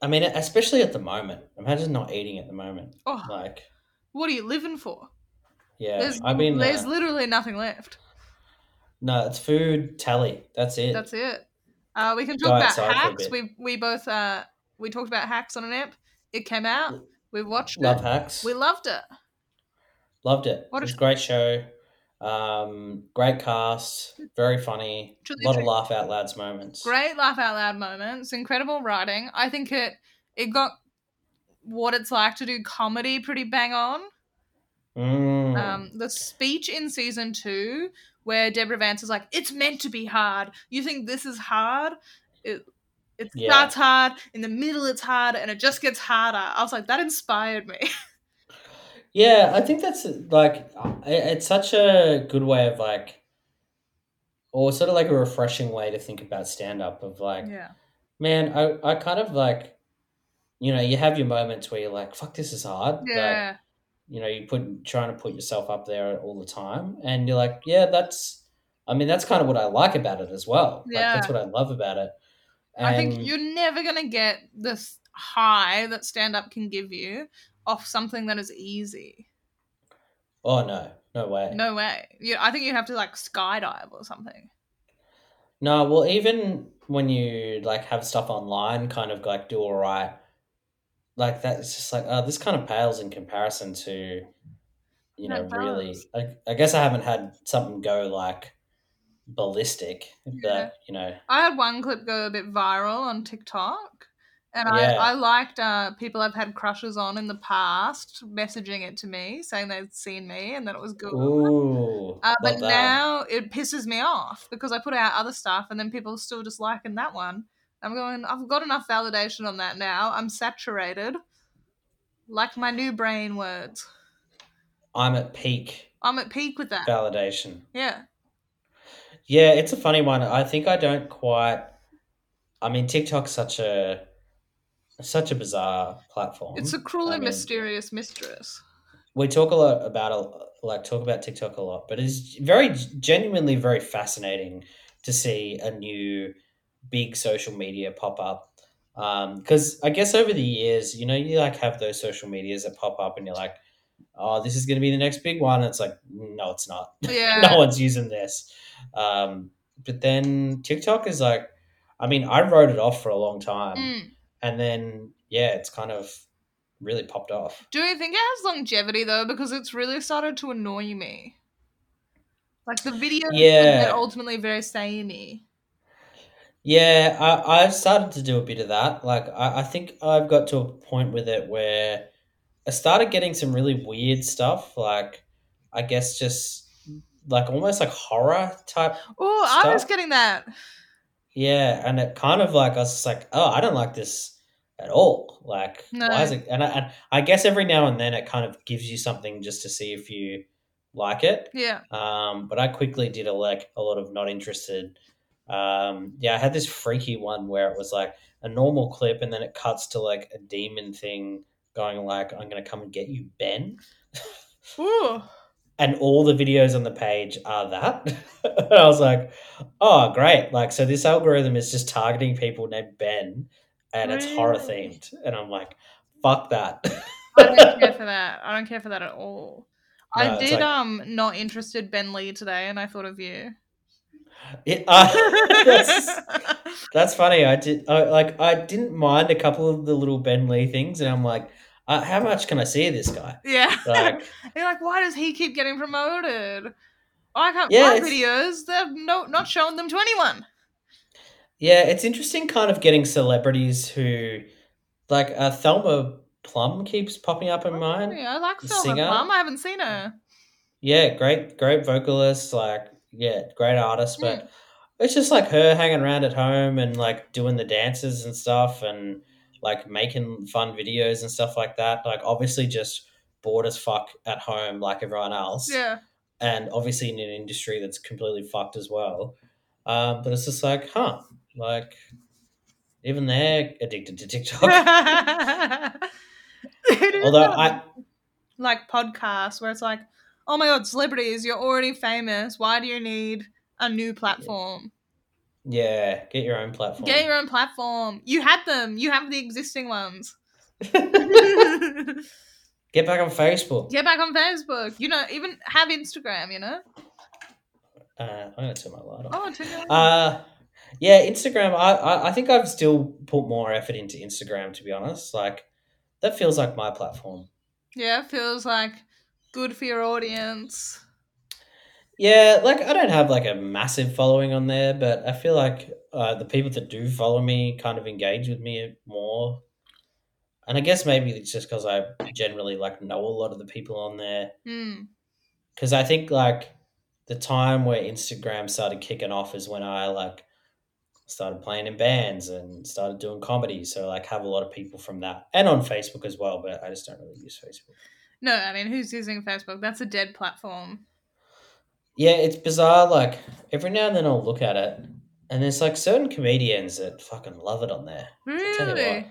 Speaker 2: I mean, especially at the moment. Imagine not eating at the moment.
Speaker 1: Oh,
Speaker 2: Like,
Speaker 1: what are you living for?
Speaker 2: yeah,
Speaker 1: There's,
Speaker 2: I mean, uh,
Speaker 1: there's literally nothing left.
Speaker 2: no, it's food, tally. That's it.
Speaker 1: That's it. Uh, we can
Speaker 2: Go
Speaker 1: talk about
Speaker 2: outside for a
Speaker 1: hacks.
Speaker 2: bit.
Speaker 1: We we both uh, we talked about hacks on an app. It came out. We watched
Speaker 2: Love
Speaker 1: it.
Speaker 2: hacks.
Speaker 1: We loved it.
Speaker 2: Loved it.
Speaker 1: What
Speaker 2: it
Speaker 1: a-
Speaker 2: was a great show. Um, great cast. Very funny.
Speaker 1: Truly
Speaker 2: A lot of
Speaker 1: true.
Speaker 2: laugh out louds moments.
Speaker 1: Great laugh out loud moments. Incredible writing. I think it it got what it's like to do comedy pretty bang on.
Speaker 2: Mm.
Speaker 1: Um, the speech in season two where Deborah Vance is like, "It's meant to be hard. You think this is hard? It it
Speaker 2: Yeah.
Speaker 1: starts hard. In the middle, it's hard, and it just gets harder." I was like, that inspired me.
Speaker 2: yeah, I think that's like i- it's such a good way of like, or sort of like a refreshing way to think about stand up. Of like,
Speaker 1: yeah.
Speaker 2: man, I I kind of like, you know, you have your moments where you're like, fuck, this is hard. Like,
Speaker 1: Yeah.
Speaker 2: you know, you put trying to put yourself up there all the time, and you're like, yeah, that's. I mean, that's kind of what I like about it as well. Like, that's what I love about it.
Speaker 1: I think
Speaker 2: And-
Speaker 1: you're never going to get this high that stand up can give you off something that is easy.
Speaker 2: Oh no, no way. No.
Speaker 1: No way. You, I think you have to like skydive or something.
Speaker 2: well, even when you like have stuff online, kind of like do all right, like that. It's just like, oh, this kind of pales in comparison to, you
Speaker 1: Yeah,
Speaker 2: know,
Speaker 1: it
Speaker 2: really.
Speaker 1: does.
Speaker 2: I, I guess I haven't had something go like ballistic.
Speaker 1: Yeah.
Speaker 2: That you know,
Speaker 1: I had one clip go a bit viral on TikTok. And
Speaker 2: Yeah.
Speaker 1: I, I liked uh, people I've had crushes on in the past messaging it to me, saying they'd seen me and that it was good.
Speaker 2: ooh,
Speaker 1: Uh, but
Speaker 2: love that.
Speaker 1: now it pisses me off because I put out other stuff and then people are still just liking that one. I'm going, I've got enough validation on that now. I'm saturated. Like my new brain words.
Speaker 2: I'm at peak
Speaker 1: I'm at peak with that.
Speaker 2: validation.
Speaker 1: Yeah.
Speaker 2: Yeah, it's a funny one. I think I don't quite. I mean, TikTok's such a such a bizarre platform.
Speaker 1: It's a cruel
Speaker 2: I
Speaker 1: and
Speaker 2: mean,
Speaker 1: mysterious mistress.
Speaker 2: We talk a lot about a like talk about TikTok a lot, but it's very genuinely very fascinating to see a new big social media pop up because um, I guess over the years, you know, you like have those social medias that pop up, and you're like, "Oh, this is going to be the next big one." And it's like, no, it's not.
Speaker 1: Yeah.
Speaker 2: no one's using this. Um, but then TikTok is like, I mean, I wrote it off for a long time,
Speaker 1: Mm.
Speaker 2: and then yeah, it's kind of really popped off.
Speaker 1: Do you think it has longevity though? Because it's really started to annoy me. Like the videos
Speaker 2: Yeah.
Speaker 1: that are ultimately very samey.
Speaker 2: Yeah, I, I've started to do a bit of that. Like, I, I think I've got to a point with it where I started getting some really weird stuff. Like, I guess just like almost like horror type.
Speaker 1: Oh, I was
Speaker 2: Stuff.
Speaker 1: getting that.
Speaker 2: Yeah, and it kind of like I was just like, oh, I don't like this at all. Like,
Speaker 1: No.
Speaker 2: why is it? And I, and I guess every now and then it kind of gives you something just to see if you like it.
Speaker 1: Yeah.
Speaker 2: Um, but I quickly did a like a lot of not interested. Um, yeah, I had this freaky one where it was like a normal clip, and then it cuts to like a demon thing going like, "I'm gonna come and get you, Ben,"
Speaker 1: Ooh.
Speaker 2: and all the videos on the page are that. and I was like, "Oh, great!" Like, so this algorithm is just targeting people named Ben, and it's horror
Speaker 1: Really?
Speaker 2: themed, and I'm like, "Fuck that."
Speaker 1: I don't care for that. I don't care for that at all. I
Speaker 2: No, it's
Speaker 1: did
Speaker 2: like
Speaker 1: um not interested Ben Lee today and I thought of you.
Speaker 2: it, uh, that's That's funny. I did I, like I didn't mind a couple of the little Ben Lee things, and I'm like, uh, how much can I see of this guy?
Speaker 1: yeah.
Speaker 2: Like,
Speaker 1: You're like, why does he keep getting promoted? I can't
Speaker 2: yeah,
Speaker 1: my
Speaker 2: it's
Speaker 1: videos, they're no not showing them to anyone.
Speaker 2: yeah, it's interesting, kind of getting celebrities who like uh, Thelma Plum keeps popping up in
Speaker 1: Oh,
Speaker 2: mine,
Speaker 1: yeah, I like
Speaker 2: the
Speaker 1: Thelma
Speaker 2: singer.
Speaker 1: Plum. I haven't seen her.
Speaker 2: Yeah, great, great vocalist. Like, yeah, great artist,
Speaker 1: Mm.
Speaker 2: but it's just like her hanging around at home and like doing the dances and stuff and like making fun videos and stuff like that. Like obviously just bored as fuck at home like everyone else
Speaker 1: Yeah.
Speaker 2: and obviously in an industry that's completely fucked as well. Um, but it's just like, huh, like even they're addicted to TikTok.
Speaker 1: it is
Speaker 2: Although
Speaker 1: um,
Speaker 2: I
Speaker 1: like podcasts where it's like, oh my god, celebrities, you're already famous. Why do you need a new platform?
Speaker 2: yeah, get your own
Speaker 1: Get
Speaker 2: platform.
Speaker 1: your own platform. You had them. You have the existing ones.
Speaker 2: get back on Facebook.
Speaker 1: Get back on Facebook. You know, even have Instagram. You know.
Speaker 2: Uh, I'm gonna turn my light off.
Speaker 1: Oh, turn your light on.
Speaker 2: Uh yeah, Instagram. I, I I think I've still put more effort into Instagram to be honest. Like that feels like my platform.
Speaker 1: Yeah, feels like good for your audience.
Speaker 2: Yeah, like I don't have like a massive following on there, but I feel like uh, the people that do follow me kind of engage with me more. And I guess maybe it's just because I generally like know a lot of the people on there.
Speaker 1: Hmm.
Speaker 2: Because I think like the time where Instagram started kicking off is when I like started playing in bands and started doing comedy. So like have a lot of people from that and on Facebook as well. But I just don't really use Facebook.
Speaker 1: No, I mean, who's using Facebook? That's a dead platform.
Speaker 2: Yeah, it's bizarre. Like every now and then I'll look at it, and there's like certain comedians that fucking love it on there. I tell you what.
Speaker 1: Really?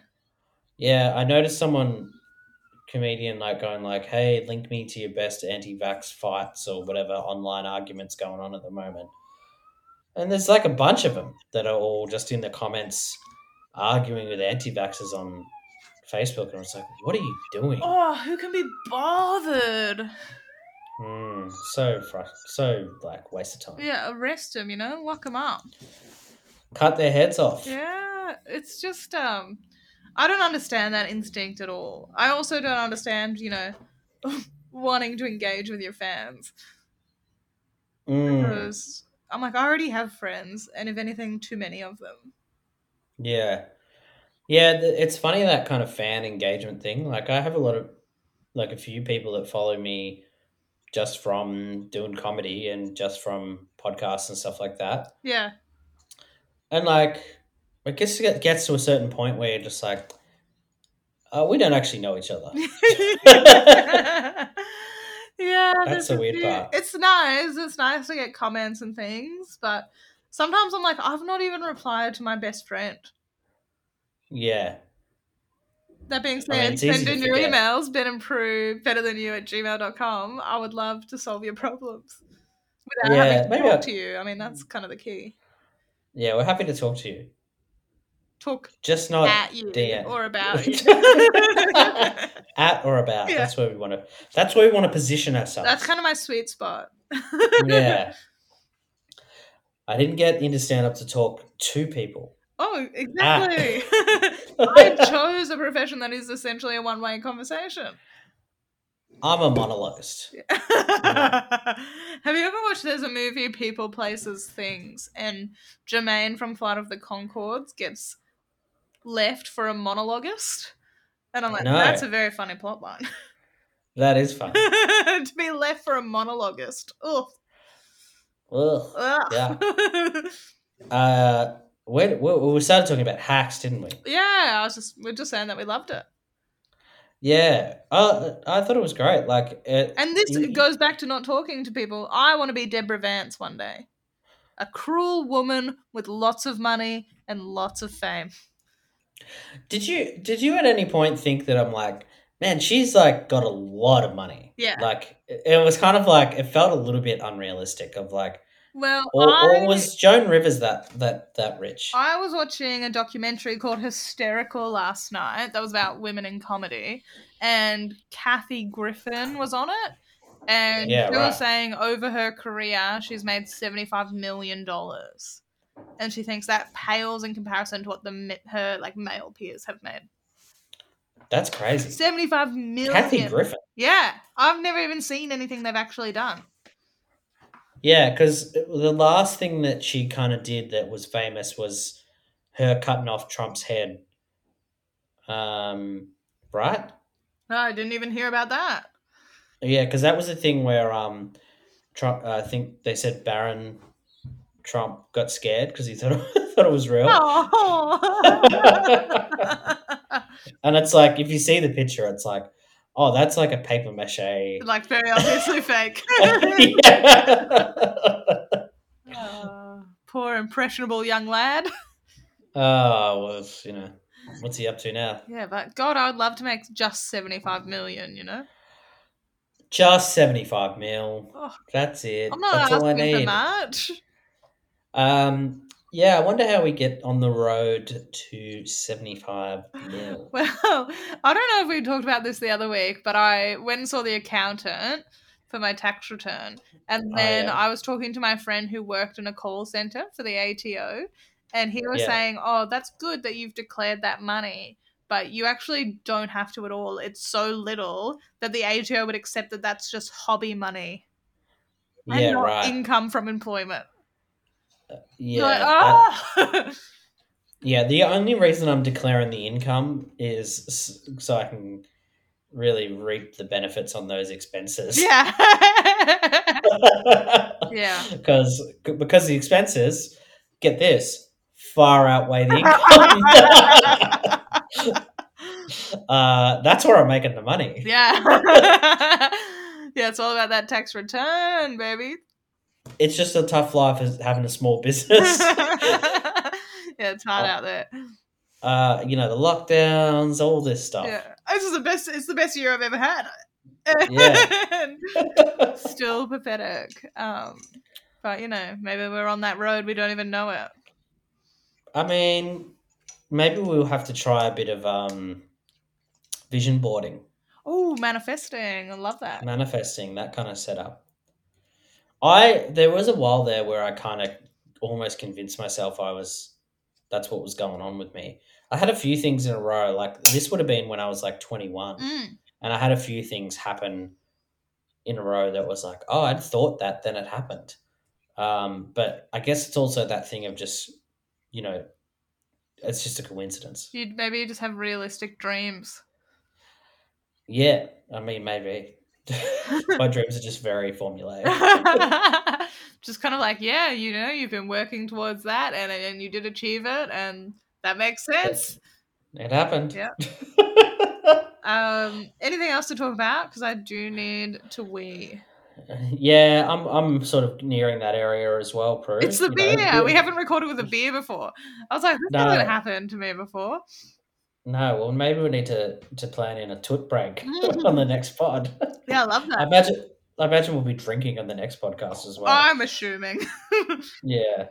Speaker 2: Yeah, I noticed someone comedian like going like, "Hey, link me to your best anti-vax fights or whatever online arguments going on at the moment." And there's like a bunch of them that are all just in the comments arguing with anti-vaxxers on Facebook, and I was like, "What are you doing?"
Speaker 1: Oh, who can be bothered?
Speaker 2: Mm, so fru- so like waste of time.
Speaker 1: Yeah, arrest them. You know, lock them up.
Speaker 2: Cut their heads off.
Speaker 1: Yeah, it's just um I don't understand that instinct at all. I also don't understand, you know, wanting to engage with your fans
Speaker 2: Mm.
Speaker 1: because I'm like I already have friends and if anything too many of them.
Speaker 2: Yeah. Yeah, th- it's funny that kind of fan engagement thing. Like I have a lot of like a few people that follow me just from doing comedy and just from podcasts and stuff like that.
Speaker 1: Yeah.
Speaker 2: And like I guess it get- gets to a certain point where you're just like, uh, we don't actually know each other.
Speaker 1: yeah, there's
Speaker 2: That's the
Speaker 1: a
Speaker 2: weird
Speaker 1: few
Speaker 2: part.
Speaker 1: it's nice. It's nice to get comments and things, but sometimes I'm like I've not even replied to my best friend.
Speaker 2: Yeah.
Speaker 1: That being
Speaker 2: I mean,
Speaker 1: said,
Speaker 2: it's easy
Speaker 1: send
Speaker 2: to
Speaker 1: in your
Speaker 2: forget.
Speaker 1: emails, Ben Improve, better than you at gmail.com. I would love to solve your problems without having
Speaker 2: Yeah,
Speaker 1: to
Speaker 2: maybe
Speaker 1: talk
Speaker 2: I,
Speaker 1: to you. I mean, that's kind of the key.
Speaker 2: yeah, we're happy to talk to you.
Speaker 1: talk
Speaker 2: Just not
Speaker 1: at you
Speaker 2: DM.
Speaker 1: or about you.
Speaker 2: at or about.
Speaker 1: Yeah.
Speaker 2: That's where we want to. That's where we want to position ourselves.
Speaker 1: That's kind of my sweet spot.
Speaker 2: yeah. I didn't get into stand up to talk to people.
Speaker 1: Oh, exactly.
Speaker 2: Ah.
Speaker 1: I chose a profession that is essentially a one way conversation.
Speaker 2: I'm a monologuist.
Speaker 1: Have you ever watched there's a movie People Places Things and Jermaine from Flight of the Concords gets left for a monologuist? And I'm like,
Speaker 2: No.
Speaker 1: that's a very funny plot line.
Speaker 2: That is fun.
Speaker 1: to be left for a monologuist. Ugh.
Speaker 2: Ugh.
Speaker 1: Ugh.
Speaker 2: Yeah.
Speaker 1: Yeah.
Speaker 2: Uh, when, we we started talking about hacks, didn't we?
Speaker 1: I was just we're just saying that we loved it.
Speaker 2: Yeah. Uh, I thought it was great. Like, it,
Speaker 1: And this
Speaker 2: You-
Speaker 1: goes back to not talking to people. I want to be Deborah Vance one day. A cruel woman with lots of money and lots of fame.
Speaker 2: did you did you at any point think that I'm like, man, she's like got a lot of money.
Speaker 1: Yeah.
Speaker 2: Like, it it was kind of like it felt a little bit unrealistic. Of like,
Speaker 1: Well,
Speaker 2: or,
Speaker 1: I,
Speaker 2: or was Joan Rivers that that that rich?
Speaker 1: I was watching a documentary called Hysterical last night that was about women in comedy, and Kathy Griffin was on it. And
Speaker 2: Yeah,
Speaker 1: they were
Speaker 2: right.
Speaker 1: saying over her career, she's made $75 million. And she thinks that pales in comparison to what the mi- her like male peers have made.
Speaker 2: That's crazy.
Speaker 1: 75 million.
Speaker 2: Kathy Griffin.
Speaker 1: Yeah, I've never even seen anything they've actually done.
Speaker 2: Yeah, because the last thing that she kind of did that was famous was her cutting off Trump's head. Um, right?
Speaker 1: No, I didn't even hear about that.
Speaker 2: Yeah, because that was the thing where um, Trump. I think they said Barron Trump got scared because he thought thought it was real.
Speaker 1: Oh.
Speaker 2: And it's like if you see the picture, it's like, oh, that's like a paper mache.
Speaker 1: like very obviously fake.
Speaker 2: Yeah.
Speaker 1: Uh, poor impressionable young lad.
Speaker 2: Oh well, it's, you know, what's he up to now?
Speaker 1: Yeah, but God, I would love to make just seventy-five million. You know,
Speaker 2: Just seventy five mil.
Speaker 1: Oh.
Speaker 2: That's it.
Speaker 1: I'm not
Speaker 2: That's all I
Speaker 1: asking for
Speaker 2: need.
Speaker 1: much.
Speaker 2: Um, yeah, I wonder how we get on the road to seventy five mil.
Speaker 1: Well, I don't know if we talked about this the other week, but I went and saw the accountant for my tax return. And
Speaker 2: Oh,
Speaker 1: then
Speaker 2: yeah.
Speaker 1: I was talking to my friend who worked in a call center for the ATO. And he was
Speaker 2: Yeah.
Speaker 1: saying, Oh, that's good that you've declared that money, but you actually don't have to at all. It's so little that the ATO would accept that that's just hobby money and
Speaker 2: yeah,
Speaker 1: not
Speaker 2: right.
Speaker 1: income from employment.
Speaker 2: yeah,
Speaker 1: You're like,
Speaker 2: that-
Speaker 1: "Oh!"
Speaker 2: Yeah, the only reason I'm declaring the income is s- so I can really reap the benefits on those expenses.
Speaker 1: yeah. yeah.
Speaker 2: Because because the expenses, get this, far outweigh the income. uh, that's where I'm making the money.
Speaker 1: Yeah. yeah, it's all about that tax return, baby.
Speaker 2: It's just a tough life as having a small business.
Speaker 1: yeah, it's hard
Speaker 2: Oh,
Speaker 1: out there.
Speaker 2: uh, you know, the lockdowns, all this stuff.
Speaker 1: Yeah. This is the best it's the best year I've ever had. Still pathetic. Um but you know, maybe we're on that road we don't even know it.
Speaker 2: I mean, maybe we'll have to try a bit of um, vision boarding.
Speaker 1: Oh, manifesting. I love that.
Speaker 2: manifesting that kind of setup i there was a while there where i kind of almost convinced myself i was that's what was going on with me i had a few things in a row like this would have been when i was like 21
Speaker 1: Mm.
Speaker 2: and i had a few things happen in a row that was like oh i'd thought that then it happened um, but i guess it's also that thing of just you know it's just a coincidence
Speaker 1: You'd maybe just have realistic dreams.
Speaker 2: yeah i mean maybe my dreams are just very formulaic
Speaker 1: just kind of like, yeah, you know, you've been working towards that and and you did achieve it and that makes sense.
Speaker 2: It happened.
Speaker 1: Yeah. Um, anything else to talk about? Because I do need to wee.
Speaker 2: yeah, I'm I'm sort of nearing that area as well, Prue.
Speaker 1: It's the
Speaker 2: you
Speaker 1: beer.
Speaker 2: know, do-
Speaker 1: we haven't recorded with a beer before. I was like, this
Speaker 2: No.
Speaker 1: hasn't happened to me before.
Speaker 2: No, well maybe we need to to plan in a twit break
Speaker 1: Mm.
Speaker 2: on the next pod.
Speaker 1: Yeah, I love
Speaker 2: I
Speaker 1: that.
Speaker 2: imagine I imagine we'll be drinking on the next podcast as well.
Speaker 1: I'm assuming.
Speaker 2: yeah.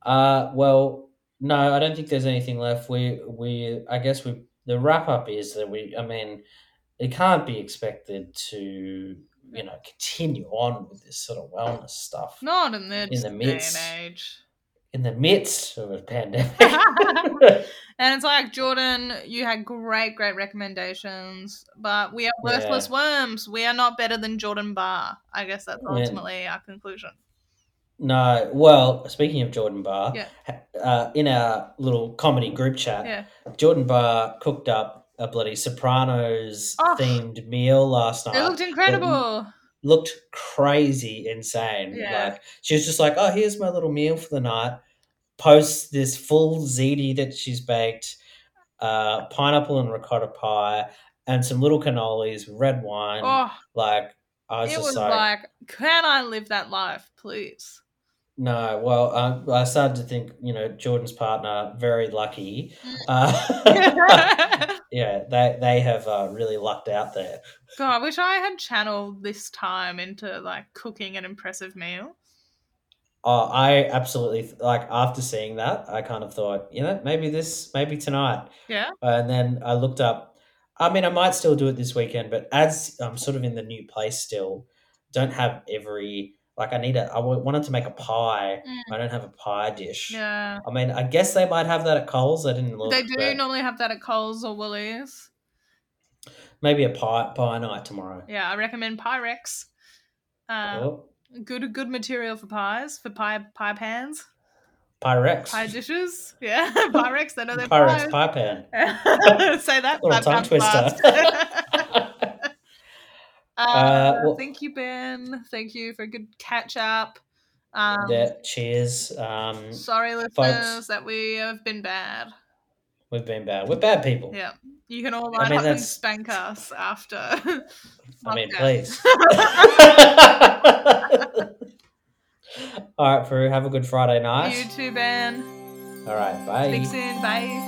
Speaker 2: Uh well No, I don't think there's anything left. We we I guess we the wrap up is that we I mean it can't be expected to you know continue on with this sort of wellness stuff
Speaker 1: Not in the, in the midst. day and age.
Speaker 2: in the midst of a pandemic.
Speaker 1: And it's like, Jordan, you had great, great recommendations, but we are worthless worms. We are not better than Jordan Barr. I guess that's
Speaker 2: Yeah.
Speaker 1: ultimately our conclusion.
Speaker 2: no, well, speaking of Jordan Barr,
Speaker 1: Yeah.
Speaker 2: uh, in our little comedy group chat,
Speaker 1: Yeah.
Speaker 2: Jordan Barr cooked up a bloody Sopranos
Speaker 1: Oh.
Speaker 2: themed meal last night.
Speaker 1: It looked
Speaker 2: um,
Speaker 1: incredible.
Speaker 2: looked crazy insane.
Speaker 1: Yeah.
Speaker 2: Like she was just like, "Oh, here's my little meal for the night." Posts this full ziti that she's baked, uh, pineapple and ricotta pie, and some little cannolis, with red wine.
Speaker 1: Oh,
Speaker 2: Like I was
Speaker 1: it
Speaker 2: just
Speaker 1: was
Speaker 2: like,
Speaker 1: like, can I live that life, please?
Speaker 2: "No." Well, uh, I, I started to think, you know, Jordan's partner very lucky. Uh,
Speaker 1: God,
Speaker 2: yeah, they they have uh, really lucked out there.
Speaker 1: I wish I had channeled this time into like cooking an impressive meal.
Speaker 2: Oh, I absolutely like after seeing that, I kind of thought, you know, maybe this, maybe tonight.
Speaker 1: Yeah.
Speaker 2: And then I looked up, I mean, I might still do it this weekend, but as I'm sort of in the new place still, don't have every, like, I need a, I w- wanted to make a pie.
Speaker 1: Mm.
Speaker 2: I don't have a pie dish.
Speaker 1: Yeah.
Speaker 2: I mean, I guess they might have that at Coles. I didn't look.
Speaker 1: they do
Speaker 2: but
Speaker 1: normally have that at Coles or Woolies.
Speaker 2: Maybe a pie, pie night tomorrow.
Speaker 1: Yeah, I recommend Pyrex. Um,
Speaker 2: Oh,
Speaker 1: good good material for pies for pie pie pans
Speaker 2: Pyrex.
Speaker 1: pie dishes yeah pyrex they know they're
Speaker 2: Pyrex
Speaker 1: pyrex
Speaker 2: pie pan.
Speaker 1: say that
Speaker 2: Little
Speaker 1: five
Speaker 2: tongue
Speaker 1: times fast.
Speaker 2: twister.
Speaker 1: uh,
Speaker 2: Uh, well-
Speaker 1: thank you ben thank you for a good catch up um
Speaker 2: yeah, cheers. Um,
Speaker 1: sorry listeners that we have been bad
Speaker 2: We've been bad. We're bad people.
Speaker 1: yeah you can all line
Speaker 2: mean,
Speaker 1: up and
Speaker 2: that's-
Speaker 1: spank us after
Speaker 2: I mean,
Speaker 1: lockdown.
Speaker 2: please. All right, Prue, have a good Friday night.
Speaker 1: you too ben
Speaker 2: All right, bye.
Speaker 1: speak soon bye